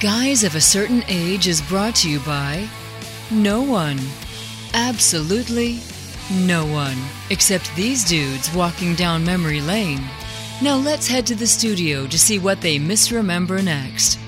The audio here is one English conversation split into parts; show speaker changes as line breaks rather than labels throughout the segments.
Guys of a Certain Age is brought to you by no one. Absolutely no one. Except these dudes walking down memory lane. Now let's head to the studio to see what they misremember next.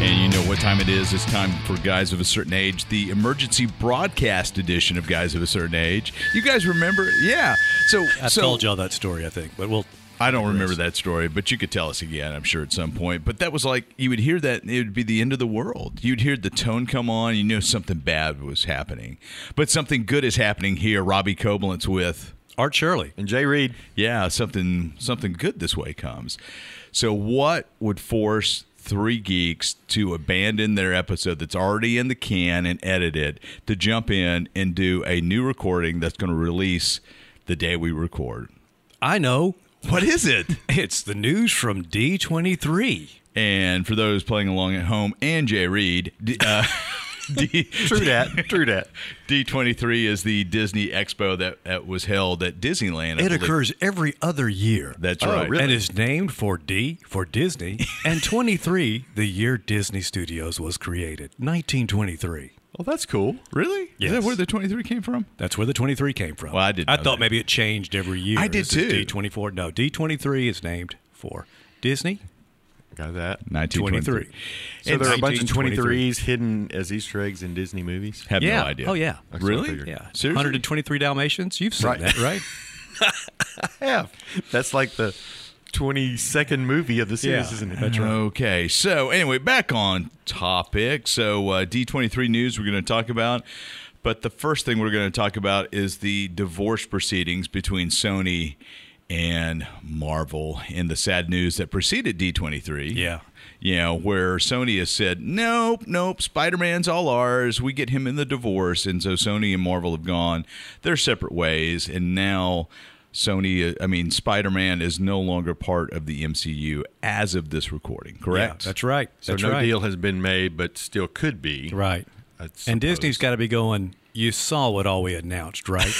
And you know what time it is. It's time for Guys of a Certain Age, the emergency broadcast edition of Guys of a Certain Age. You guys remember? Yeah. So
I
so,
told y'all that story, I think, but we'll.
I don't remember that story, but you could tell us again, I'm sure, at some point. But that was like, you would hear that, and it would be the end of the world. You'd hear the tone come on, you knew something bad was happening. But something good is happening here. Robbie Koblenz with,
Art Shirley.
And Jay Reed.
yeah, something, something good this way comes. So, what would force three geeks to abandon their episode that's already in the can and edit it to jump in and do a new recording that's going to release the day we record?
I know.
What is it?
It's the news from D23.
And for those playing along at home, and Jay Reed, D, uh, D,
True that. True that.
D23 is the Disney Expo that, that was held at Disneyland. I
It
believe.
occurs every other year.
That's
Oh,
right.
really?
And is named for D for Disney and 23, the year Disney Studios was created, 1923.
Well, that's cool.
Really? Is that
Yes.
where the 23 came from?
That's where the 23 came from.
Well, I didn't
I
know
thought
that.
maybe it changed every year.
I did
This is
too.
D24. No, D23 is named for Disney.
Got that.
1923.
23.
So there are a bunch of
1923s
23s hidden as Easter eggs in Disney movies.
Have
yeah.
no idea.
Oh, yeah.
That's what I
Really?
figured.
Yeah.
Seriously?
123 Dalmatians. You've seen
Right.
that, right?
Have. That's like the 22nd movie of the series,
Yeah. Uh-huh.
isn't it?
That's
Okay, so anyway, back on topic. So uh, D23 news we're going to talk about, but the first thing we're going to talk about is the divorce proceedings between Sony and Marvel, and the sad news that preceded D23.
Yeah.
you know where Sony has said, nope, nope, Spider Man's all ours. We get him in the divorce, and so Sony and Marvel have gone their separate ways, and now. Sony, uh, I mean, Spider Man is no longer part of the MCU as of this recording, correct?
Yeah, that's right.
So
that's
no
right.
deal has been made, but still could be.
Right.
I
And
suppose.
Disney's got to be going, you saw what all we announced, right?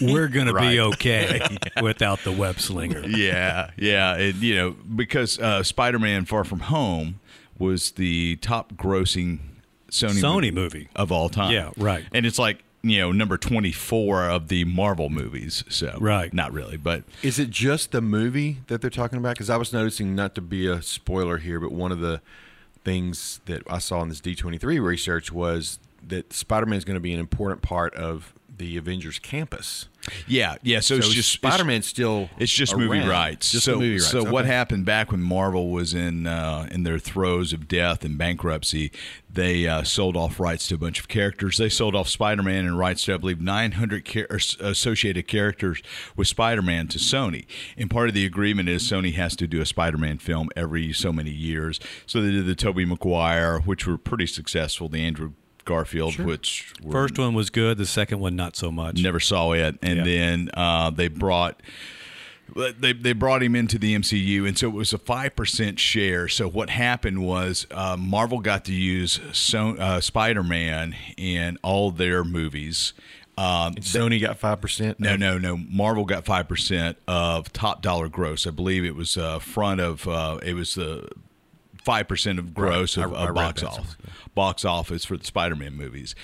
We're going to
Right.
be okay without the web slinger.
yeah, yeah. It, you know, because uh, Spider Man Far From Home was the top grossing Sony,
Sony movie.
of all time.
Yeah, right.
And it's like, you know, number 24 of the Marvel movies. So,
Right.
Not really, but
Is it just the movie that they're talking about? Because I was noticing, not to be a spoiler here, but one of the things that I saw in this D23 research was that Spider Man is going to be an important part of the Avengers campus.
yeah, yeah. So,
So,
it's just
Spider Man's still.
It's just movie
around.
rights.
Just
so,
the movie rights.
so what
Okay.
happened back when Marvel was in uh, in their throes of death and bankruptcy? They uh, sold off rights to a bunch of characters. They sold off Spider Man and rights to I believe 900 char- associated characters with Spider Man to Sony. And part of the agreement is Sony has to do a Spider Man film every so many years. So they did the Tobey Maguire, which were pretty successful. The Andrew Garfield, which were
First one was good. The second one, not so much.
Never saw it, and
Yeah.
then uh, they brought they they brought him into the MCU, and so it was a five percent share. So what happened was uh, Marvel got to use so, uh, Spider Man in all their movies. Um,
Sony got 5%.
no, no, no. Marvel got five percent of top dollar gross. I believe it was uh, front of uh, it was the five percent of gross
Right.
of, of
I- I read
box
that
office
somewhere.
box office for the Spider-Man movies.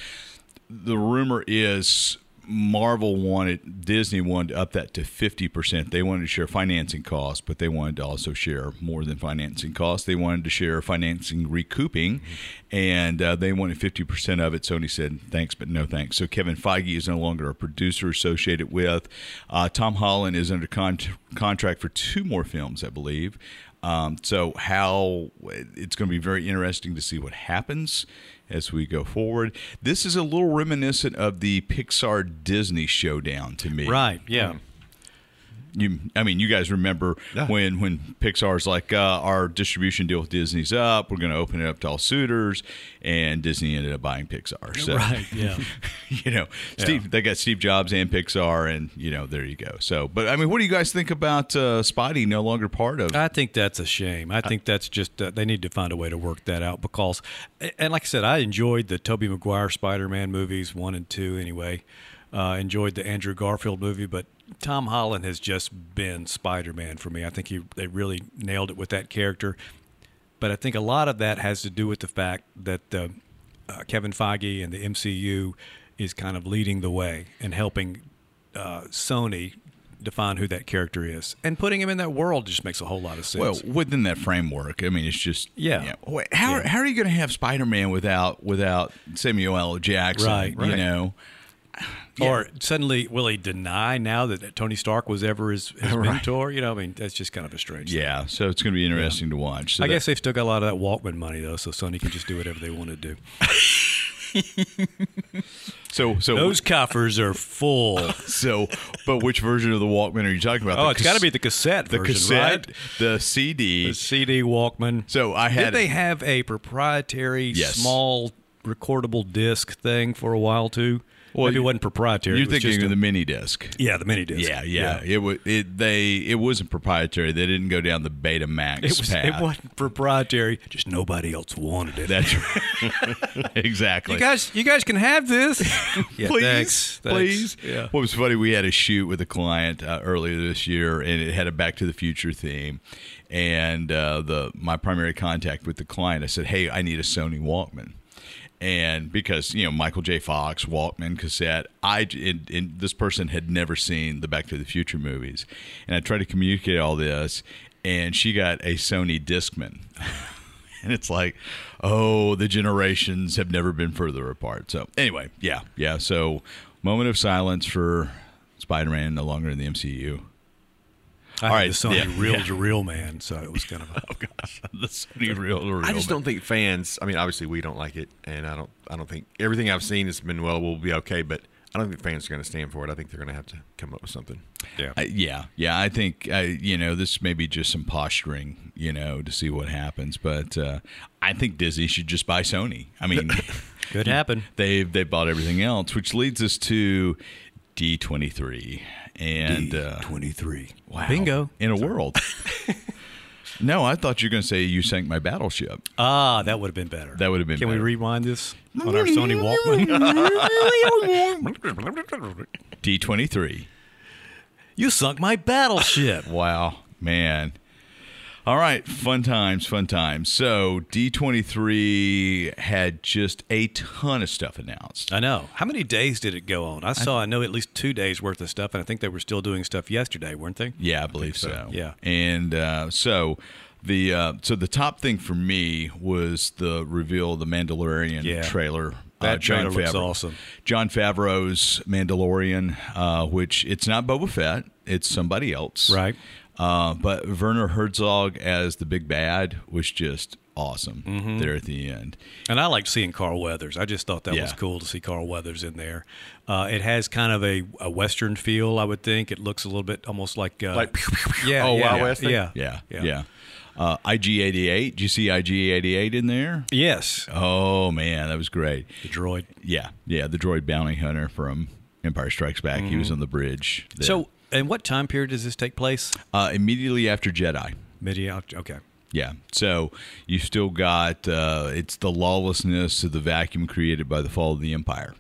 The rumor is Marvel wanted Disney wanted to up that to fifty percent. They wanted to share financing costs, but they wanted to also share more than financing costs. They wanted to share financing recouping, and uh, they wanted fifty percent of it. Sony said thanks, but no thanks. So Kevin Feige is no longer a producer associated with. Uh, Tom Holland is under con- contract for two more films, I believe. Um, so how it's going to be very interesting to see what happens as we go forward. This is a little reminiscent of the Pixar Disney showdown to me.
Right. Yeah.
You, I mean, you guys remember
Yeah.
when when Pixar's like uh, our distribution deal with Disney's up. We're going to open it up to all suitors, and Disney ended up buying Pixar. So,
Hmm.
Right. Yeah.
you know, Steve, they got Steve Jobs and Pixar, and you know, there you go. So, but I mean, what do you guys think about uh, Spotty no longer part of?
I think that's a shame. I think that's just uh, they need to find a way to work that out because, and like I said, I enjoyed the Tobey Maguire Spider-Man movies one and two anyway, Uh, enjoyed the Andrew Garfield movie, but Tom Holland has just been Spider Man for me. I think he they really nailed it with that character. But I think a lot of that has to do with the fact that uh, uh, Kevin Feige and the MCU is kind of leading the way and helping uh, Sony define who that character is. And putting him in that world just makes a whole lot of sense.
Well, within that framework, I mean, it's just
Yeah.
Wait, How
Yeah.
how are you going to have Spider Man without without Samuel L. Jackson?
Right,
You
right.
know,
Or suddenly, will he deny now that Tony Stark was ever his, his mentor? You know, I mean, that's just kind of a strange. thing.
yeah. So it's going to be interesting to watch. So
I
that-
guess they've still got a lot of that Walkman money though, so Sony can just do whatever they want to do.
so. So
Those coffers are full.
so. But which version of the Walkman are you talking about?
oh,
The
it's
cas-
got to be the cassette
the
version,
cassette,
right?
the CD.
The CD Walkman.
So I had
Did they have a proprietary
Yes.
small recordable disc thing for a while too?
Well,
Well, Maybe
you-
it wasn't proprietary.
You're
it was
thinking
just
of
a-
the mini disc.
yeah, the mini disc.
Yeah, yeah. It was it they it wasn't proprietary. They didn't go down the Betamax
It was.
path.
It wasn't proprietary. Just nobody else wanted it.
That's right. exactly.
You guys, you guys can have this. Yeah,
please,
thanks, thanks.
please.
Yeah.
What was funny? We had a shoot with a client uh, earlier this year, and it had a Back to the Future theme. And uh, the my primary contact with the client, I said, "Hey, I need a Sony Walkman." And because you know Michael J. Fox, Walkman, cassette, I and, and this person had never seen the Back to the Future movies, and I tried to communicate all this, and she got a Sony Discman, and it's like, oh, the generations have never been further apart. So anyway, yeah, yeah. So moment of silence for Spider-Man, no longer in the MCU.
I
All
All
right,
right, the Sony
yeah,
real to real man, so it was kind of. A,
Oh gosh, the Sony real, real
I just
man.
don't think fans. I mean, obviously we don't like it, and I don't. I don't think everything I've seen has been well. We'll be okay, but I don't think fans are going to stand for it. I think they're going to have to come up with something.
yeah.
I- yeah, yeah. I think uh, you know this may be just some posturing, you know, to see what happens. But uh, I think Disney should just buy Sony. I mean,
Could happen.
they've they bought everything else, which leads us to D twenty three and uh,
twenty three.
Wow.
Bingo.
In a world. no, I thought you were going to say you sank my battleship.
Ah, that would have been better.
That would have been
Can
better.
we rewind this on our Sony Walkman?
D23.
you sunk my battleship.
Wow. Man. All right. Fun times, fun times. So D23 had just a ton of stuff announced.
I know. How many days did it go on? I saw. I, know at least two days worth of stuff, and I think they were still doing stuff yesterday, weren't they?
Yeah, I believe so.
Yeah.
and uh, so the uh, so the top thing for me was the reveal of the Mandalorian
Yeah.
trailer. Uh,
That trailer looks
Favreau.
awesome.
John Favreau's Mandalorian, uh, which it's not Boba Fett, it's somebody else,
Right.
Uh, but Werner Herzog as the big bad was just awesome
Mm-hmm.
there at the end.
And I liked seeing Carl Weathers. I just thought that
Yeah.
was cool to see Carl Weathers in there. Uh, it has kind of a, a Western feel, I would think. It looks a little bit almost like, uh,
Like,
yeah,
oh,
yeah,
Wild West thing?
yeah,
Yeah, yeah. Uh, IG88, did you see IG88 in there?
Yes,
Oh man, that was great.
the droid.
Yeah, yeah, the droid bounty hunter from Empire Strikes Back. He was on the bridge. there.
Mm-hmm. So, and what time period does this take place?
uh, immediately after Jedi.
Midi. Okay.
Yeah, so you still got uh, it's the lawlessness of the vacuum created by the fall of the Empire,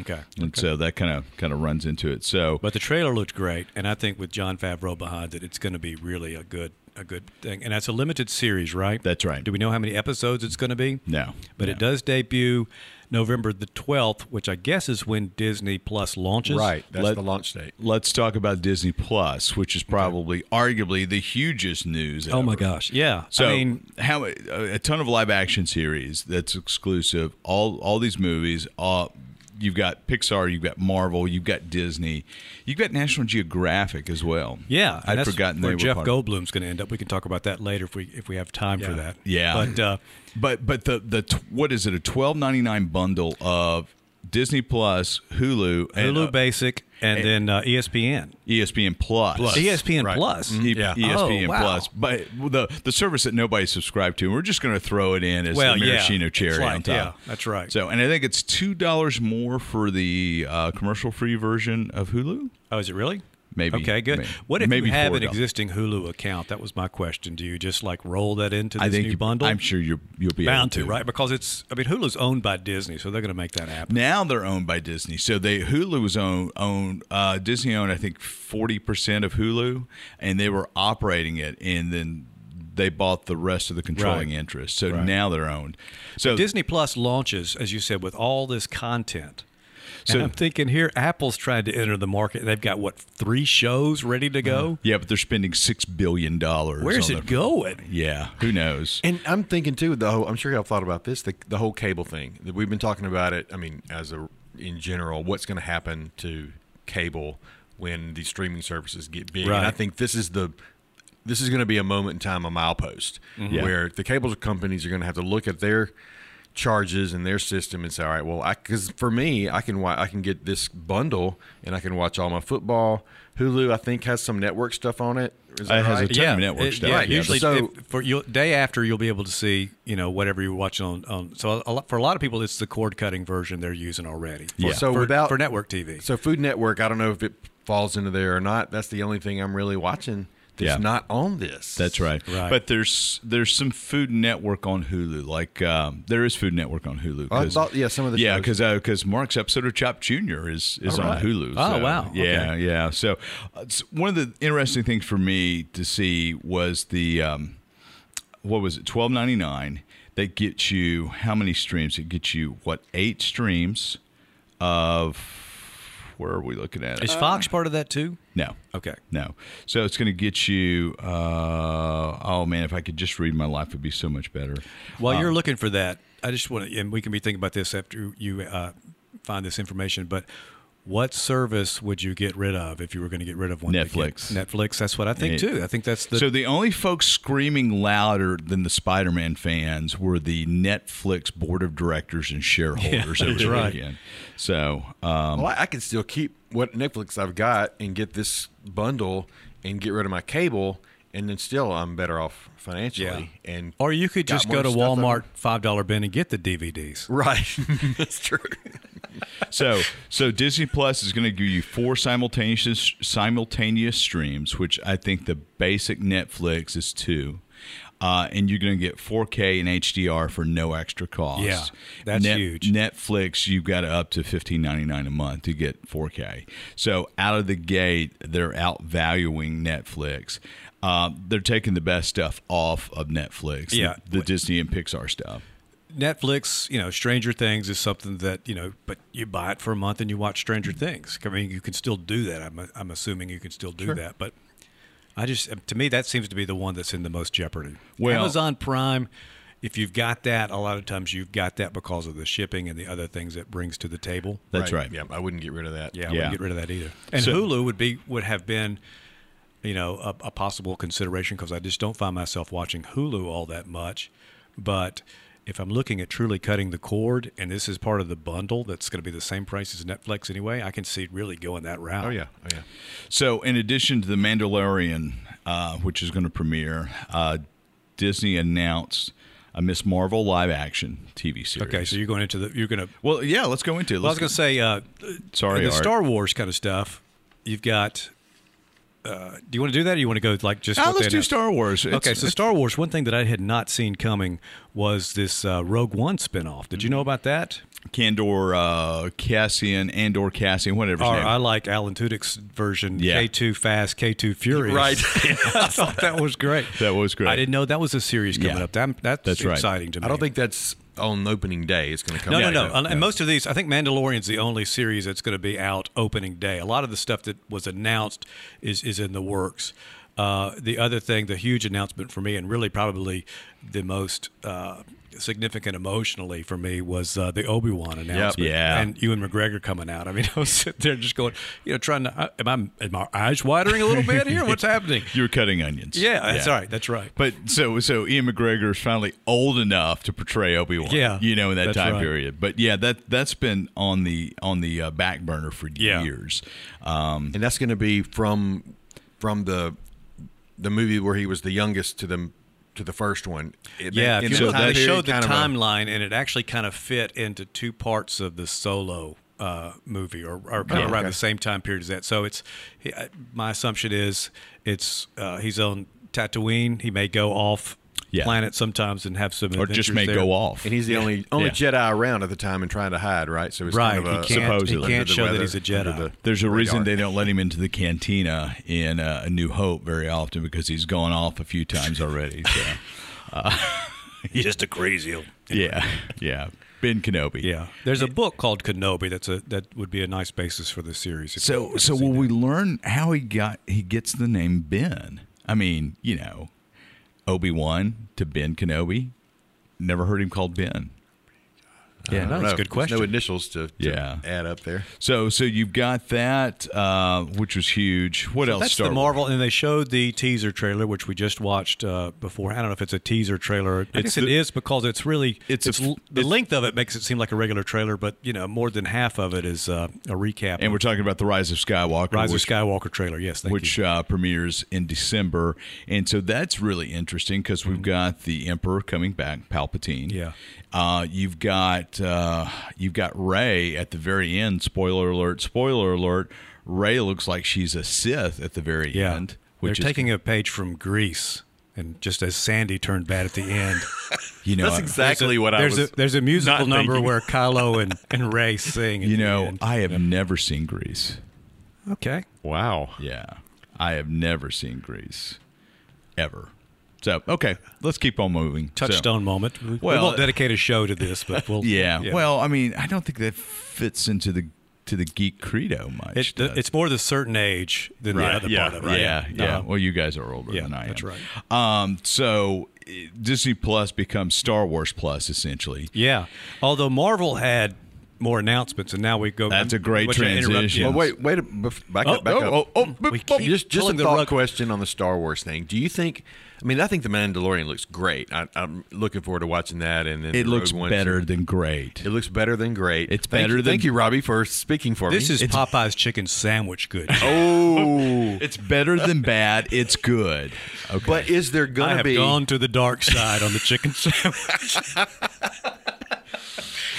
Okay.
and so that kind of kind of runs into it. So
But the trailer looked great, and I think with John Favreau behind it, it's going to be really a good a good thing. And that's a limited series, right?
That's right.
Do we know how many episodes it's going to be?
No.
But
No.
it does debut November the twelfth, which I guess is when Disney Plus launches.
right. That's
let-
the launch date.
let's talk about Disney Plus, which is probably arguably the hugest news.
Oh my
ever.
gosh. Yeah.
So
I mean,
how a, a ton of live action series that's exclusive. All all these movies. All, you've got Pixar. You've got Marvel. You've got Disney. You've got National Geographic as well.
yeah, and
I'd
that's
forgotten they
where
were
Jeff
part of-
Goldblum's going to end up. We can talk about that later if we if we have time for that.
Yeah.
But uh,
But but the the t- what is it? A twelve ninety nine bundle of Disney Plus, Hulu, and
Hulu
uh,
Basic, and, then uh, ESPN.
ESPN Plus.
ESPN
Right.
Plus.
E-
Yeah.
ESPN
Oh, wow.
Plus, but the the service that nobody subscribed to, we're just going to throw it in as
Well,
the
yeah.
maraschino
It's
cherry
like-
on top.
yeah, that's right.
So, and I think it's two dollars more for the uh, commercial free version of Hulu.
Oh, is it really?
Maybe.
Okay, good.
may-
what if
maybe
you have
four
an
dollars.
existing Hulu account? That was my question. Do you just like roll that into this
I think
new
you-
bundle?
I'm sure you you'll be
bound
able
to, right? Because it's I mean Hulu's owned by Disney, so they're going to make that happen.
Now they're owned by Disney. So they Hulu was owned owned uh, Disney owned I think forty percent of Hulu, and they were operating it, and then they bought the rest of the controlling
Right.
interest. So
Right.
now they're owned. So
Disney Plus launches, as you said, with all this content. So
So-
I'm thinking here, Apple's trying to enter the market. They've got what three shows ready to go.
yeah, but they're spending six billion dollars.
Where's it going?
Yeah, who knows?
And I'm thinking too. The whole, I'm sure y'all thought about this. The, the whole cable thing that we've been talking about it. I mean, as a in general, what's going to happen to cable when these streaming services get big? And I
Right.
think this is the this is going to be a moment in time, a milepost,
Mm-hmm. Yeah.
where the cable companies are going to have to look at their charges and their system and say, all right, well, I because for me, I can wa- I can get this bundle and I can watch all my football. Hulu, I think, has some network stuff on it. Is that
It has a
right?
ton of network
it-
stuff.
Yeah,
Right,
usually
so-
if- for you day after you'll be able to see you know whatever you're watching on. on so a lot, for a lot of people, it's the cord cutting version they're using already.
Yeah.
So
for,
without-
for network TV.
So Food Network, I don't know if it falls into there or not. That's the only thing I'm really watching that's
Yeah.
not on this.
That's right.
Right.
But there's there's some Food Network on Hulu. Like um, there is Food Network on Hulu.
I
'cause- uh,
thought- yeah, some of the
yeah because
shows.
because Mark's episode of Chop Junior is is
Oh,
on
right.
Hulu.
Oh,
so,
wow.
Yeah
Okay.
yeah. So uh, it's one of the interesting things for me to see was the um, what was it twelve ninety nine that gets you how many streams? It gets you what eight streams of where are we looking at?
Is Fox part of that too?
No.
Okay.
No. So it's going to get you. Uh, oh man, if I could just read my life, would be so much better.
While you're looking for that, I just want to, and we can be thinking about this after you uh, find this information, but what service would you get rid of if you were going to get rid of one?
Netflix.
Netflix, that's what I think
Yeah.
too. I think that's the.
so the only folks screaming louder than the Spider-Man fans were the Netflix board of directors and shareholders over the
right.
weekend. So um,
Well, I, I can still keep what Netflix I've got and get this bundle and get rid of my cable, and then still I'm better off financially. And
or you could
got
just
more
go to
stuff than-
Walmart $5 bin and get the DVDs.
right, that's true.
so so Disney Plus is going to give you four simultaneous simultaneous streams, which I think the basic Netflix is two. Uh, and you're going to get 4K and HDR for no extra cost.
Yeah, that's huge.
Netflix, you've got up to $15.99 a month to get 4K. So out of the gate, they're outvaluing Netflix. Uh, they're taking the best stuff off of Netflix. the-
Yeah.
the Disney and Pixar stuff.
Netflix, you know, Stranger Things is something that, you know, but you buy it for a month and you watch Stranger Things. I mean, you can still do that. I'm, I'm assuming you can still do that. But I just, um, to me, that seems to be the one that's in the most jeopardy.
Well-
Amazon Prime, if you've got that, a lot of times you've got that because of the shipping and the other things it brings to the table.
That's right.
Yeah, I wouldn't get rid of that.
Yeah,
Yeah.
I wouldn't get rid of that either. And
So-
Hulu would be would have been, you know, a, a possible consideration because I just don't find myself watching Hulu all that much. But if I'm looking at truly cutting the cord, and this is part of the bundle that's going to be the same price as Netflix anyway, I can see it really going that route.
Oh yeah, oh yeah.
So, in addition to The Mandalorian, uh, which is going to premiere, uh, Disney announced a Miss Marvel live action TV series.
Okay, so you're going into the you're going to.
well, yeah, let's go into it.
Well, I was going to say, uh,
Sorry,
the
Art.
Star Wars kind of stuff. You've got. Uh, do you want to do that, or you want to go like just?
Ah,
what they
let's do
announced?
Star Wars. It's-
okay, so Star Wars. One thing that I had not seen coming was this uh, Rogue One spinoff. Did you know about that?
Candor uh, Cassian, Andor Cassian, whatever. his
Or
name
I like Alan Tudyk's version,
Yeah.
K2 Fast, K2 Furious.
Right.
I thought that was great.
That was great.
I didn't know that was a series coming
Yeah.
up. That, that's,
That's right.
exciting to me.
I don't think that's on opening day. It's going to come.
No, no,
out.
no. And- And most of these, I think Mandalorian's the only series that's going to be out opening day. A lot of the stuff that was announced is is in the works. Uh, the other thing, the huge announcement for me, and really probably the most uh, significant emotionally for me, was uh, the Obi Wan announcement.
Yeah.
And Ewan McGregor coming out. I mean, I was sitting there just going, you know, trying to, am I, am my eyes watering a little bit here? What's happening?
You're cutting onions.
Yeah, uh, that's all right. That's right.
But so so Ian McGregor is finally old enough to portray Obi Wan.
Yeah,
you know in that
that's
time
right.
period. But yeah, that that's been on the on the uh, back burner for
Yeah.
years. Um,
and that's going to be from from the the movie where he was the youngest to the to the first one. It-
Yeah,
in
if you
that
look,
time
they
period,
showed the
kind of a-
timeline, and it actually kind of fit into two parts of the solo uh, movie, or, or kind of
Oh,
around
okay.
the same time period as that. So it's he- I- my assumption is it's uh, he's on Tatooine. He may go off
Yeah.
planet sometimes and have some
or just
adventures
may
there.
go off.
And he's the only only
Yeah.
Jedi around at the time and trying to hide, right? So he's
Right,
kind of a
he can't,
supposedly.
he
under
can't
the
show that
weather,
he's a Jedi.
under the
There's a reason
radar.
they don't let him into the cantina in uh, A New Hope very often because he's gone off a few times already. So. uh,
He's just a crazy old
yeah, yeah. Ben Kenobi.
Yeah, there's a book called Kenobi. That's a that would be a nice basis for the series. if you
So
haven't
so
seen
will we learn how he got he gets the name Ben? I mean, you know, Obi Wan to Ben Kenobi. Never heard him called Ben.
Yeah, no,
I don't
Uh, that's
know.
a good
There's
question.
No initials to, to
Yeah.
add up there.
So so you've got that, uh, which was huge. What else?
That's
Star
the
Wars?
Marvel, and they showed the teaser trailer, which we just watched uh, before. I don't know if it's a teaser trailer. I
It's
guess it
the-
is because it's really
It's
it's,
a f-
l- the
it's-
length of it makes it seem like a regular trailer, but you know more than half of it is uh, a recap.
And we're talking about the Rise of Skywalker.
Rise
which
of Skywalker trailer. Yes, thank
which
you.
uh, premieres in December. And so that's really interesting because we've got the Emperor coming back, Palpatine.
Mm-hmm. Yeah.
Uh, you've got uh, you've got Ray at the very end. Spoiler alert! Spoiler alert! Ray looks like she's a Sith at the very
Yeah,
end.
they're
Which is,
taking a page from Greece, and just as Sandy turned bad at the end.
you know,
That's
I-
exactly what I
there's
was.
a there's a musical
not
number
thinking.
where Kylo and, and Ray sing. at
you
the
know,
end.
I have never seen Grease.
okay.
wow.
Yeah, I have never seen Grease, ever. So okay, let's keep on moving. So-
touchstone moment. We,
Well-
we won't dedicate a show to this, but we'll.
Yeah. Well, I mean, I don't think that fits into the to the geek credo much.
it,
does
the, it's more the certain age than
Right,
the other
yeah,
part of it.
it? yeah, yeah.
Uh-huh.
Well, you guys are older
Yeah,
than I am.
that's
right. Um, so uh, Disney Plus becomes Star Wars Plus essentially.
yeah. Although Marvel had more announcements, and now we go.
That's a great
which I interrupt you.
transition.
Well, wait, wait, a- bef- back
Oh,
up, back
oh,
up.
oh, oh, boop,
We
boop.
keep-
just just a
pulling the
thought
rug-
question on the Star Wars thing. Do you think? I mean, I think the Mandalorian looks great. I, I'm looking forward to watching that. And then
it looks
Rogue One.
better than great.
It looks better than great.
It's
Thank
better
you-
than-
Thank you, Robbie, for speaking for
This
me.
is Popeye's chicken sandwich good.
oh,
It's better than bad. It's good. Okay.
but is there
I
gonna
have
be?
gone to the dark side on the chicken sandwich.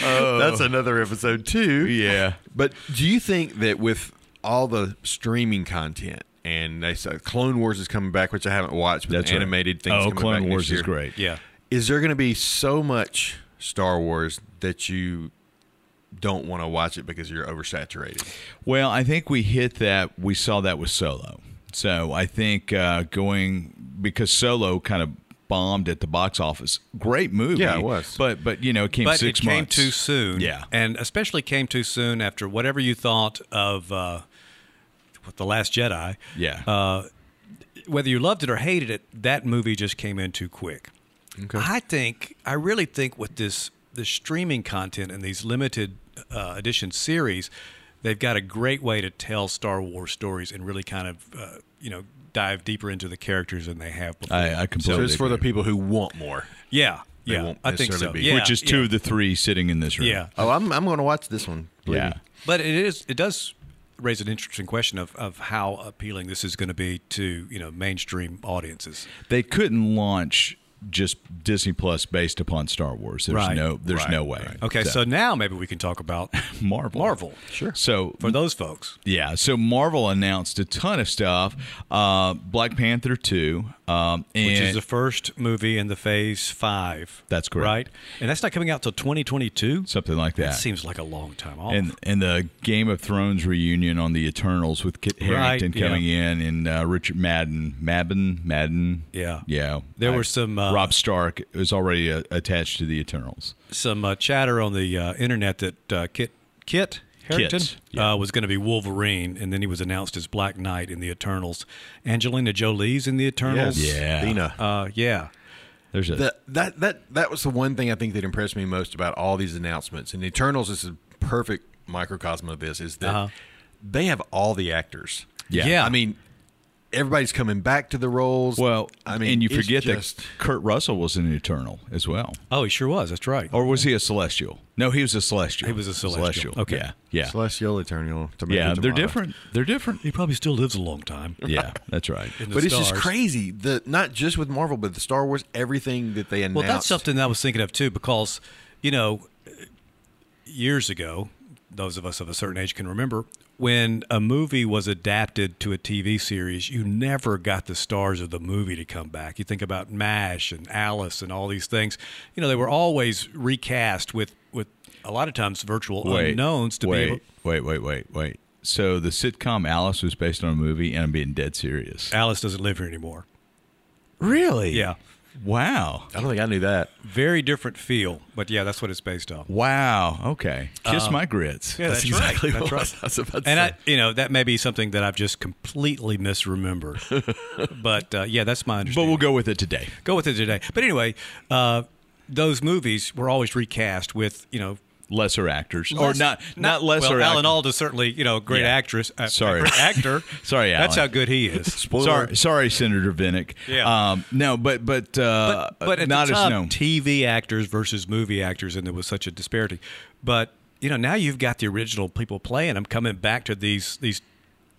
Oh.
That's another episode too.
yeah.
But do you think that with all the streaming content and they said Clone Wars is coming back, which I haven't watched, but
That's
the
right.
animated things.
Oh,
coming back
Clone
next
Wars is
year.
great.
yeah.
Is there going to be so much Star Wars that you don't want to watch it because you're oversaturated?
Well, I think we hit that. We saw that with Solo. So I think uh, going because Solo kind of bombed at the box office. Great movie.
Yeah, it was.
But but you know, it came
but
six
it came
months
too soon.
Yeah.
and especially came too soon after whatever you thought of uh, the Last Jedi.
Yeah.
uh, whether you loved it or hated it, that movie just came in too quick.
Okay.
I think I really think with this the streaming content and these limited uh, edition series, they've got a great way to tell Star Wars stories and really kind of uh, you know dive deeper into the characters than they have before.
I, I
So
completely.
it's for the
agree.
people who want more.
yeah,
They
yeah,
won't
I think so.
necessarily be.
Yeah,
which is two of the three sitting in this room.
Yeah.
Oh, I'm I'm going to watch this one. believe
Yeah.
me.
But it is it does raise an interesting question of, of how appealing this is going to be to you know mainstream audiences.
They couldn't launch just Disney Plus based upon Star Wars. There's
Right.
no there's
Right,
no way.
right.
Okay, so, now maybe we can talk about
Marvel.
Marvel
Sure.
So
for those folks.
Yeah, so Marvel announced a ton of stuff. Uh, Black Panther two, um, and
Which is the first movie in the Phase Five.
That's correct.
right? And that's not coming out till 2022.
something like
That
that.
seems like a long time off.
and and the Game of Thrones reunion on the Eternals with Kit
Right,
Harington
yeah.
coming in and uh, Richard Madden, Madden, Madden.
Yeah.
yeah.
There were some, uh,
Rob Stark is already uh, attached to the Eternals.
Some uh, chatter on the uh, internet that uh, Kit Kit Harington
Kit, yeah.
uh, was going to be Wolverine, and then he was announced as Black Knight in the Eternals. Angelina Jolie's in the Eternals.
Yes. Yeah.
Dina.
Uh, yeah.
There's a
The, that that that was the one thing I think that impressed me most about all these announcements. And Eternals is a perfect microcosm of this. Is that
Uh-huh.
they have all the actors.
yeah.
Yeah.
I mean, everybody's coming back to the roles.
Well,
I mean,
and you
it's
forget
just-
that Kurt Russell was an Eternal as well,
Oh, he sure was. That's right.
or was he a Celestial? No, he was a Celestial.
He was a Celestial. Okay.
yeah, yeah,
Celestial, Eternal, tomato,
yeah. They're
tomato.
different. They're different.
he probably still lives a long time.
Yeah, that's right.
in the
But it's just
stars.
crazy. The not just with Marvel, but the Star Wars, everything that they announced.
Well, that's something I was thinking of too, because you know, years ago, those of us of a certain age can remember, when a movie was adapted to a TV series, you never got the stars of the movie to come back. You think about MASH and Alice and all these things. You know, they were always recast with, with a lot of times virtual unknowns to
wait,
be able.
Wait, wait, wait, wait. So the sitcom Alice was based on a movie, and I'm being dead serious.
Alice doesn't live here anymore.
Really?
Yeah.
Wow.
I don't think I knew that.
Very different feel, but yeah, that's what it's based on.
Wow. Okay. Kiss my grits.
Uh, Yeah, that's,
exactly
right.
what
That's right.
I was about to
And
say.
I, you know, that may be something that I've just completely misremembered. but uh, yeah, that's my
But
understanding.
we'll go with it today.
go with it today. But anyway, uh, those movies were always recast with you know.
Lesser actors, or
less-
not? Not, lesser.
Well, Alan
actors.
Alda certainly, you know, great
Yeah.
actress. Uh,
Sorry.
great actor.
Sorry,
That's
Alan.
how good he is.
Spoiler.
Sorry, sorry, Senator Vinnick.
Yeah.
Um, no, but but uh,
but, but at
not
the
as
time,
known.
TV actors versus movie actors, and there was such a disparity. But you know, now you've got the original people playing. I'm coming back to these these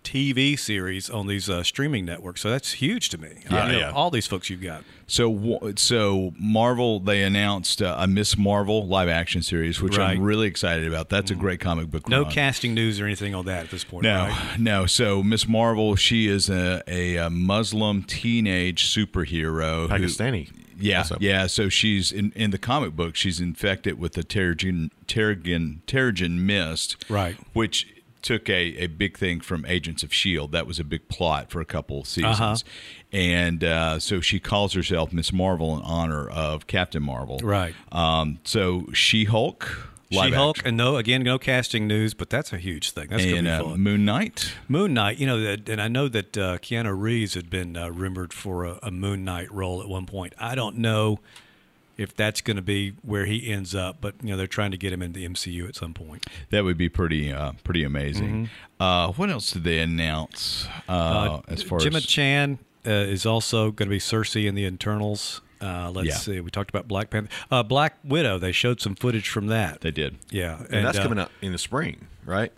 TV series on these uh, streaming networks, so that's huge to me. I
Yeah,
know
yeah.
all these folks you've got.
So, wa- so Marvel they announced uh, a Miss Marvel live action series, which
Right. Mm.
I'm really excited about. That's a great comic book.
No
run.
casting news or anything on that at this point.
No,
right?
no. So Miss Marvel, she is a, a, uh, Muslim teenage superhero. who-
Pakistani.
yeah,
also.
yeah. So she's in, in the comic book. She's infected with the terrigen terrigen terrigen mist,
Right.
Which took a, a big thing from Agents of Shield. E That was a big plot for a couple seasons,
Uh-huh.
and uh, so she calls herself Miss Marvel in honor of Captain Marvel,
Right.
Um, so She Hulk,
She Hulk, and no, again, no casting news, but that's a huge thing. That's
and
going to be
uh,
fun.
Moon Knight.
Moon Knight, you know, that, and I know that uh, Keanu Reeves had been uh, rumored for a, a Moon Knight role at one point. I don't know if that's going to be where he ends up, but you know, they're trying to get him in the MCU at some point.
That would be pretty uh, pretty amazing. Uh, what else did they announce uh, as far
Gemma
as
Chan uh, is also going to be Cersei in the Internals. Uh, let's
Yeah.
see. We talked about Black Panther, uh, Black Widow. They showed some footage from that.
they did?
yeah,
and that's
uh,
coming up in the spring, right?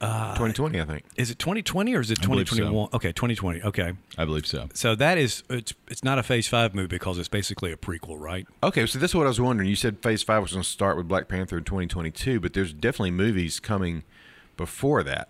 Uh,
2020, I think.
Is it 2020 or is it
believe so.
2021? Okay, 2020. Okay,
I believe so.
so that is it's it's not a Phase Five movie because it's basically a prequel, right?
Okay, so that's what I was wondering. You said Phase Five was going to start with Black Panther in 2022, but there's definitely movies coming before that,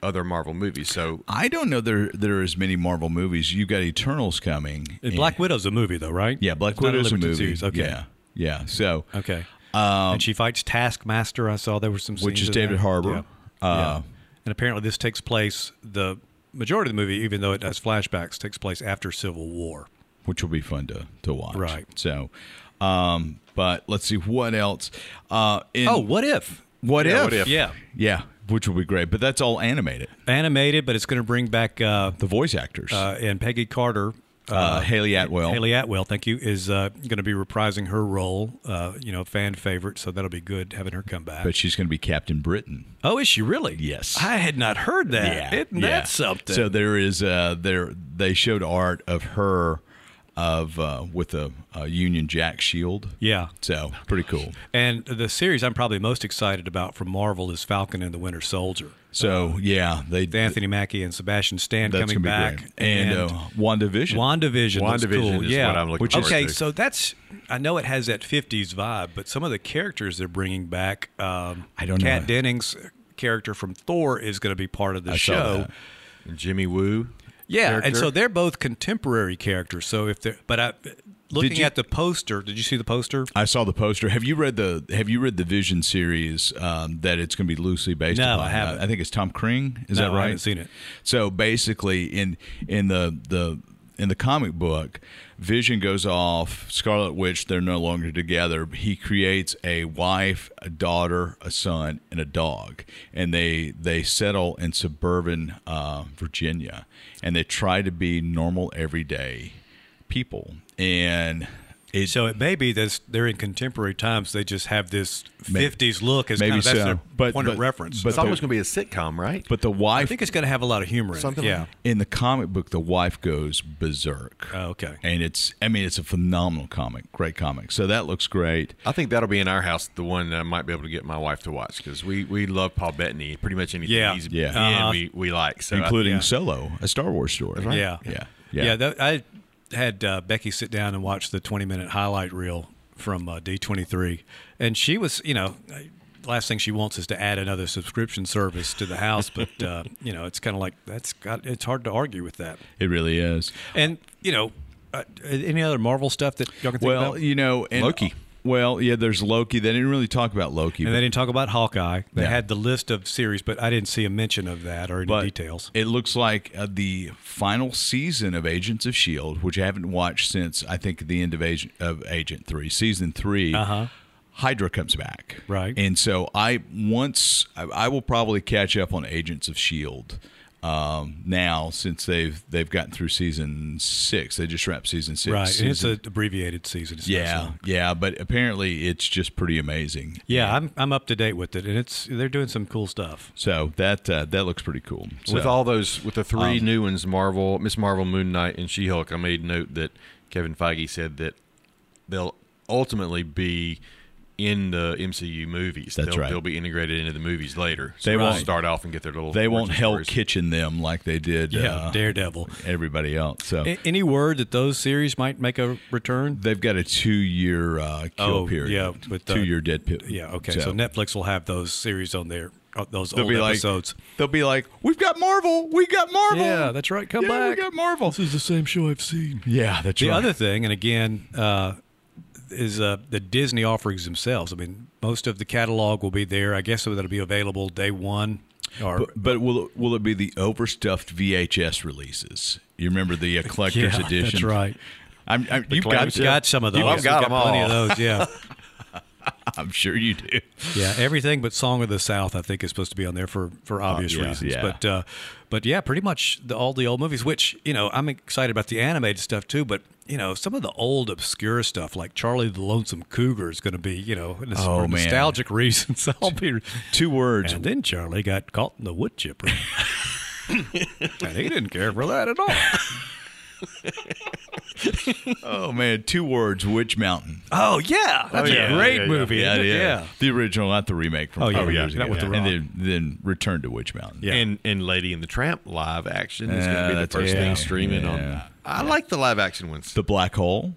other Marvel movies. So
I don't know there there are as many Marvel movies. You've got Eternals coming.
And
and-
Black Widow's a movie, though, right?
yeah, Black
It's not
Widow's a Uh,
limited
movie.
series. Okay.
Yeah, yeah. So
Okay. and she fights Taskmaster. I saw there were some,
Which
scenes
is
of
David
that.
Harbour.
Yeah.
Uh,
Yeah. And apparently, this takes place the majority of the movie, even though it has flashbacks, takes place after Civil War.
which will be fun to to watch.
Right.
So, um, but let's see what else. Uh, in,
Oh, what if?
what,
Yeah,
if?
what if?
Yeah,
Yeah, which will be great. But that's all animated.
animated, but it's going to bring back uh,
The voice actors, uh,
uh, and Peggy Carter. uh,
Haley Atwell,
Haley Atwell, thank you, is uh, going to be reprising her role. Uh, you know, fan favorite, so that'll be good having her come back.
but she's going to be Captain Britain.
oh, is she really?
Yes.
I had not heard that. Isn't
yeah.
that something?
So there is uh there they showed art of her of uh with a, a Union Jack shield.
yeah.
So pretty cool.
And the series I'm probably most excited about from Marvel is Falcon and the Winter Soldier.
So yeah, they
With Anthony Mackie Uh, and Sebastian Stan
that's
coming
gonna be
back.
great. And, uh, WandaVision.
WandaVision. looks
WandaVision
cool.
is
yeah.
what I'm looking forward
Okay,
to.
so that's, I know it has that 50s vibe, but some of the characters they're bringing back, um,
I don't
Kat
know.
Dennings' character from Thor is going to be part of the
I saw
show.
that.
Jimmy Woo.
Yeah, and
character.
so they're both contemporary characters. So if they're, but I, looking
you-
at the poster, did you see the poster?
I saw the poster. Have you read the Have you read the Vision series um, that it's going to be loosely based
No,
upon?
I haven't.
I think it's Tom Kring. Is
No,
that
I
right?
haven't seen it.
So basically, in in the the in the comic book, Vision goes off. Scarlet Witch. They're no longer together. He creates a wife, a daughter, a son, and a dog, and they they settle in suburban uh, Virginia, and they try to be normal everyday people. And it,
So it may be that they're in contemporary times. They just have this
Maybe.
50s look as
Maybe
kind of that's
so.
their
But-
point
but-
of reference.
but
It's almost going to be a sitcom, right?
but the
I
wife
think it's going to have a lot of humor in
Something
it.
like
Yeah.
that.
in the comic book, the wife goes berserk.
Oh, okay.
And it's, I mean, it's a phenomenal comic, great comic. So that looks great.
I think that'll be in our house, the one that I might be able to get my wife to watch because we, we love Paul Bettany. Pretty much anything
Yeah.
he's
Yeah.
in,
Uh-huh.
we, we like. So uh, I-
including
yeah.
Solo, a Star Wars story.
Yeah.
Yeah.
Yeah.
Yeah.
that- I had uh, Becky sit down and watch the 20 minute highlight reel from uh, D23. And she was, you know, last thing she wants is to add another subscription service to the house. But uh, you know, it's kind of like that's got. It's hard to argue with that.
It really is.
And you know, uh, any other Marvel stuff that y'all can think
Well,
about?
you know, and,
Loki.
Well, yeah, there's Loki. They didn't really talk about Loki.
and
but-
they didn't talk about Hawkeye. They
Yeah.
had the list of series, but I didn't see a mention of that or any
but
details.
It looks like uh, the final season of Agents of Shield, which I haven't watched since I think the end of Agent of Agent Three, season 3
Uh-huh.
Hydra comes back,
Right.
And so I once I, I will probably catch up on Agents of Shield E um, now since they've they've gotten through season six. They just wrapped season six.
Right, and it's
Season-
an abbreviated season. It's not so
yeah,
long.
yeah, but apparently it's just pretty amazing.
yeah, I'm I'm up to date with it, and it's they're doing some cool stuff.
So that uh, that looks pretty cool. So, um,
with all those, with the three new ones, Marvel, Miss Marvel, Moon Knight, and She Hulk, I made note that Kevin Feige said that they'll ultimately be in the MCU movies.
That's
they'll,
right.
They'll be integrated into the movies later. So
They
they'll
won't-
start off and get their little.
they won't
origin
hell
stories.
kitchen them like they did.
Yeah,
uh,
Daredevil.
everybody else. So
A- any word that those series might make a return?
they've got a two-year uh, kill
Oh,
period.
yeah, with the-
two-year dead period.
Yeah, okay. So, Netflix will have those series on there, uh, those
they'll
old
be like,
episodes.
they'll be like, we've got Marvel, we got Marvel.
yeah, that's right. Come
Yeah, we
back.
got Marvel.
is the same show I've seen.
Yeah, that's
The
right.
other thing, and again, uh, is uh, the Disney offerings themselves. I mean, most of the catalog will be there. I guess that'll be available day one. Or
but, but will it, will it be the overstuffed VHS releases? You remember the uh, collector's
Yeah, that's
edition?
right.
I'm, I'm, you've got,
I've got some of those.
You've got
I've
'em
plenty
all.
of those. Yeah,
I'm sure you do.
yeah. Everything but "Song of the South," I think, is supposed to be on there for for obvious
yeah,
reasons.
yeah.
But uh, but yeah, pretty much the, all the old movies. Which you know, I'm excited about the animated stuff too. But you know, some of the old obscure stuff like Charlie the Lonesome Cougar is going to be you know, and it's
Oh,
for
man.
nostalgic reasons. I'll be.
Two words.
And then Charlie got caught in the wood chipper. and he didn't care for that at all.
Oh man, two words. Witch Mountain.
Oh yeah, that's
yeah,
a great
yeah, yeah.
movie.
Yeah,
isn't it?
yeah, The original, not the remake from
Oh,
oh,
yeah,
yeah,
yeah,
years
not
ago.
with The
And
Rock.
then, then Return to Witch Mountain.
Yeah.
And and Lady and the Tramp live action is
Yeah,
going to be the
that's
first
right.
thing streaming on.
Yeah.
I like the live action ones.
The Black Hole.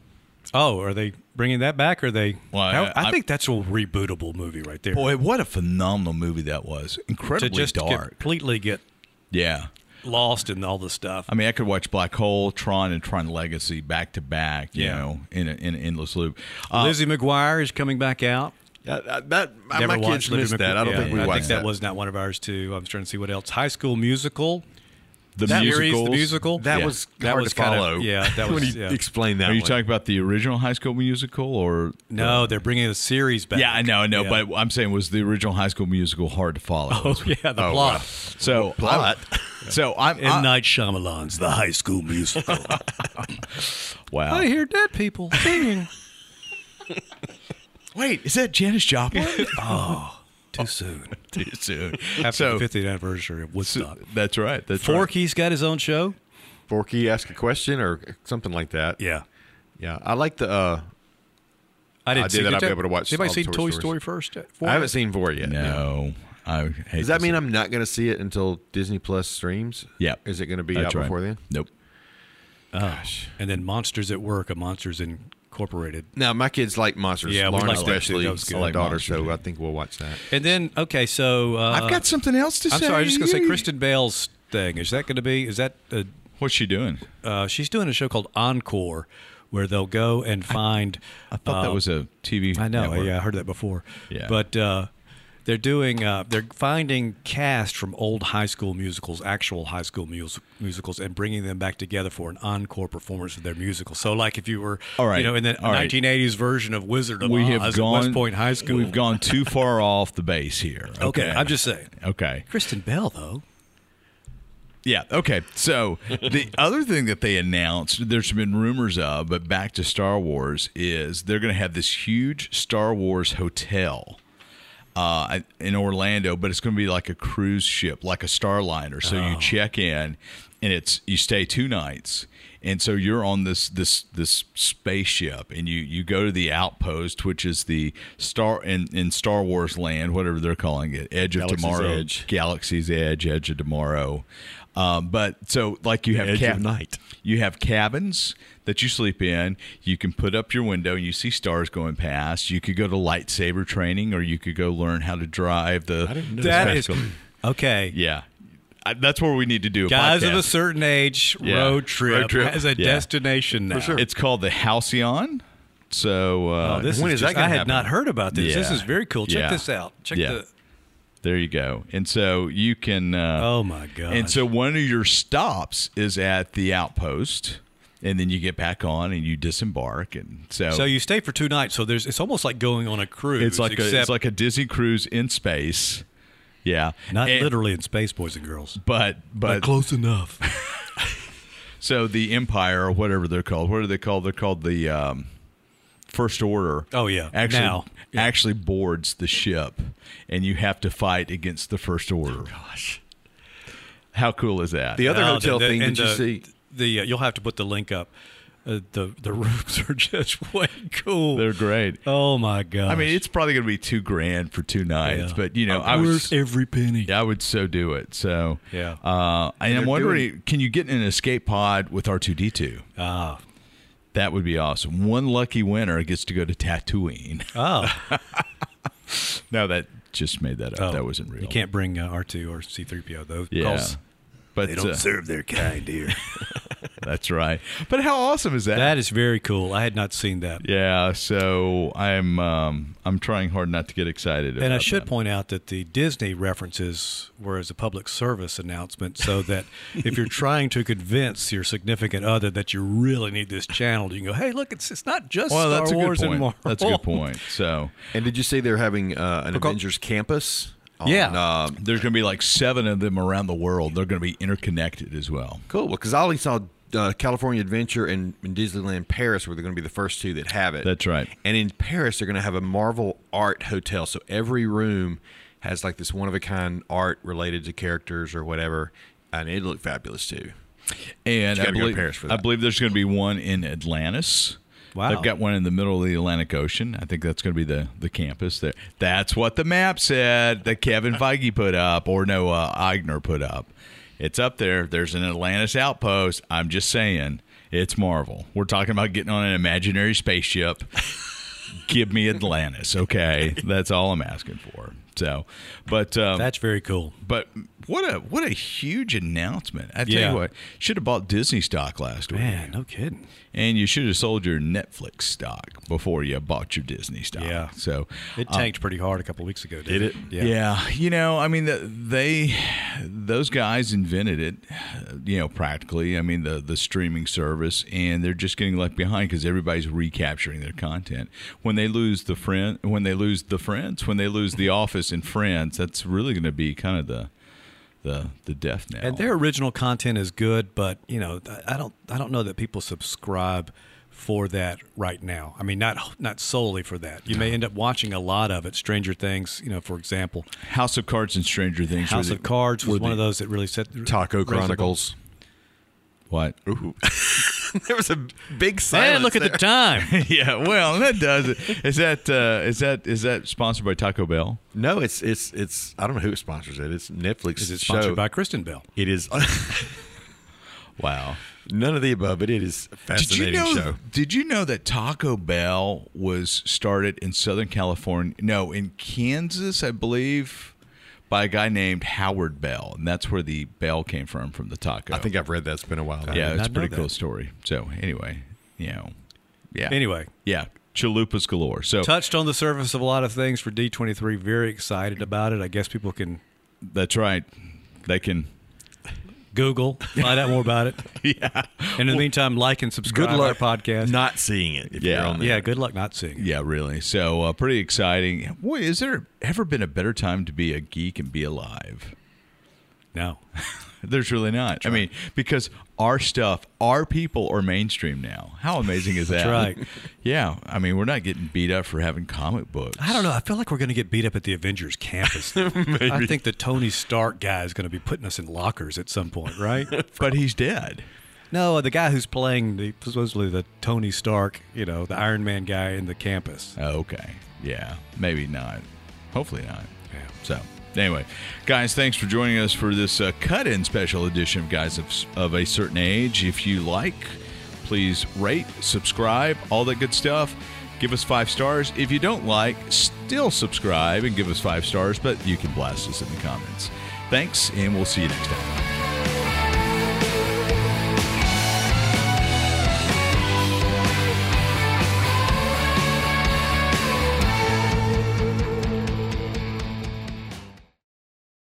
Oh, are they bringing that back? Or are they?
Well,
How- I,
I-
think that's a rebootable movie right there.
Boy, what a phenomenal movie that was.
to
Incredibly
just
dark.
completely get
yeah.
lost in all the stuff.
I mean, I could watch Black Hole, Tron, and Tron Legacy back to back, you
Yeah.
know, in, a, in an endless loop. Uh,
Lizzie McGuire is coming back out.
Yeah, I- that I-
Never
my kids
watched Lizzie
missed that. I don't
McGuire.
think we
I
watched
think that, was not one of ours too. I was trying to see what else. High School Musical.
the
That series, the
musicals.
musical.
That
Yeah.
was
That
hard
was
to follow.
Kind of, yeah, that
when
was.
you
yeah.
explain that.
Are you
one.
talking about the original High School Musical or?
no, they're bringing the series back.
Yeah, I know, I know.
Yeah.
But I'm saying was the original High School Musical hard to follow?
Oh yeah, the
wow.
plot.
So
Plot.
I- so I'm.
M.
I-
Night Shyamalan's The High School Musical.
wow.
hear dead people singing.
Wait, is that Janis Joplin?
Too soon.
Too soon.
After
so,
the 50th anniversary of Woodstock.
that's right. That's right.
Forky's got his own show.
Forky ask a question or something like that?
Yeah,
yeah. I like the. uh
didn't
I did
see-
that. I'll be
you-
able to watch
Anybody
all the
seen
Toy
Toy
Stories.
Story first? uh, four?
I haven't seen four yet.
No, I hate
Does that mean I'm not going to see it until Disney Plus streams?
Yeah.
Is it going to be
That's
out
right.
before then?
Nope.
And then Monsters at Work, a Monsters Incorporated.
Now my kids like monsters.
Yeah, we
Lauren
like that too.
especially,
That was good.
my
I like
daughter.
Monsters,
So
yeah.
I think we'll watch that.
And then okay, so uh,
I've got something else to
I'm
say.
sorry, I was just gonna say Kristen Bale's thing. Is that going to be? Is that uh,
What's she doing?
uh, she's doing a show called Encore, where they'll go and find.
I thought that
uh,
was a TV.
I know.
network.
Yeah, I heard that before.
Yeah.
But uh, they're doing. Uh, they're finding cast from old high school musicals, actual high school mus- musicals, and bringing them back together for an encore performance of their musical. So, like if you were,
All right.
you know, in the
All right.
1980s version of Wizard of
We
Oz
have
at
gone.
West Point High School.
We've gone too far off the base here.
Okay, I'm just saying.
Okay.
Kristen Bell, though.
Yeah. Okay. So the other thing that they announced, there's been rumors of, but back to Star Wars, is they're going to have this huge Star Wars hotel uh, in Orlando, but it's going to be like a cruise ship, like a Starliner. So you check in, and it's you stay two nights, and so you're on this this this spaceship, and you you go to the outpost, which is the star in in Star Wars land, whatever they're calling it, Edge of
Galaxy's
Tomorrow,
Edge.
Galaxy's Edge, Edge of Tomorrow. Um, but so like you have
edge of
cab-
night.
you have cabins that you sleep in. You can put up your window and you see stars going past. You could go to lightsaber training, or you could go learn how to drive the.
I didn't know
That
that.
is okay.
Yeah, I, that's where we need to do a
Guys
podcast.
of a certain age,
Yeah.
road, trip
Road trip.
has a
Yeah.
destination now.
It's called the Halcyon. So uh,
Oh, this
When
is
is
just-
that gonna
I had
happen?
not heard about this. This
Yeah.
is very cool. Check
Yeah.
this out. Check
Yeah.
the.
there you go. And so you can. Uh,
Oh my god.
And so one of your stops is at the outpost, and then you get back on and you disembark, and so,
So you stay for two nights. So there's it's almost like going on a cruise.
it's like
except
a, it's like a Disney cruise in space. Yeah,
not
And-
literally in space, boys and girls.
but but
close enough.
so the Empire or whatever they're called. What are they called? They're called the um, First Order.
Oh, yeah.
actually
Now. Yeah.
actually boards the ship, and you have to fight against the First Order. gosh, how cool is that?
The other
No, Oh,
hotel
Uh, the- the-
thing
and
that you
the-
see.
The uh, you'll have to put the link up. Uh, the the rooms are just way cool.
they're great.
oh my god.
I mean, it's probably going to be two grand for two nights, but you know, I
was
was,
every penny.
I would so do it. So
Yeah.
uh, and I'm
they're
wondering, can you get in an escape pod with R2D2?
Ah.
That would be awesome. One lucky winner gets to go to Tatooine.
Oh.
no, that just made that up.
Oh.
That wasn't real.
You can't bring uh, R2 or C3PO though.
Yeah.
because
But uh,
serve their kind here.
that's right. But how awesome is that?
that is very cool. I had not seen that.
yeah. So I'm um, I'm trying hard not to get excited.
And I
about
should
that.
point out that the Disney references were as a public service announcement, so that if you're trying to convince your significant other that you really need this channel, you can go, "Hey, look, it's it's not just
Well,
Star
that's a good
Wars and
point.
Marvel."
That's a good point. So
And did you say they're having uh, an
Because-
Avengers campus?
Oh,
On,
Yeah.
um,
There's going to be like seven of them around the world. They're going to be interconnected as well.
Cool. Well, because I only saw uh, California Adventure and, and Disneyland Paris were going to be the first two that have it.
That's right.
And in Paris, they're going to have a Marvel art hotel. So every room has like this one of a kind art related to characters or whatever. And it looked fabulous too.
And
You
I
gotta go to
believe,
Paris for
I
that.
believe there's going to be one in Atlantis.
Wow.
They've got one in the middle of the Atlantic Ocean. I think that's going to be the, the campus there. That's what the map said that Kevin Feige put up, or no, uh, Eigner put up. It's up there. There's an Atlantis outpost. I'm just saying, it's Marvel. We're talking about getting on an imaginary spaceship. Give me Atlantis, okay? That's all I'm asking for. So, but um,
That's very cool.
But what a what a huge announcement! I tell
Yeah.
you what, should have bought Disney stock last week,
Man, no kidding.
and you should have sold your Netflix stock before you bought your Disney stock.
Yeah.
so
It
uh,
tanked pretty hard a couple weeks ago. Did it?
yeah. you know, I mean, the, they those guys invented it, you know, practically. I mean, the the streaming service, and they're just getting left behind because everybody's recapturing their content. When they lose the friend, when they lose the friends, when they lose the Office and Friends, that's really going to be kind of the the the death knell.
And their original content is good, but you know, th- I don't I don't know that people subscribe for that right now. I mean, not not solely for that. You may end up watching a lot of it. Stranger Things, you know, for example.
House of Cards and Stranger Things.
House
were
of Cards was
were
one
the-
of those that really set
Taco
raised the bar.
Chronicles.
What?
there was a big silence.
Man, look at
there.
the time.
yeah, well, that does it. Is that uh, is that is that sponsored by Taco Bell?
No, it's it's it's. I don't know who sponsors it. It's Netflix.
Is it
show.
sponsored by Kristen Bell?
It is
Wow.
none of the above. But it is a
Did you
fascinating
know?
show.
Did you know that Taco Bell was started in Southern California? No, in Kansas, I believe, by a guy named Howard Bell, and that's where the Bell came from, from the taco.
I think I've read that. It's been a while.
yeah,
did
it's a
not
pretty
know
cool
that.
story. So anyway, you know, yeah.
Anyway,
yeah, chalupas galore. So
touched on the surface of a lot of things for D23. Very excited about it. I guess people can
that's right. They can.
Google, find out more about it. yeah. And in the meantime, like and subscribe
Good luck
to our podcast.
Not seeing it. If
Yeah.
You're on there.
yeah, good luck not seeing it.
Yeah, really. So uh, pretty exciting. Boy, is there ever been a better time to be a geek and be alive?
No.
There's really not. I mean, because our stuff, our people are mainstream now. How amazing is that?
That's right.
Yeah. I mean, we're not getting beat up for having comic books.
I don't know. I feel like we're going to get beat up at the Avengers campus. I think the Tony Stark guy is going to be putting us in lockers at some point, right?
But he's dead.
no, the guy who's playing the supposedly the Tony Stark, you know, the Iron Man guy in the campus.
Oh, okay. Yeah. Maybe not. Hopefully not.
Yeah.
So Anyway, guys, thanks for joining us for this uh, cut in special edition of Guys of, of a Certain Age. If you like, please rate, subscribe, all that good stuff. Give us five stars. If you don't like, still subscribe and give us five stars, but you can blast us in the comments. Thanks, and we'll see you next time.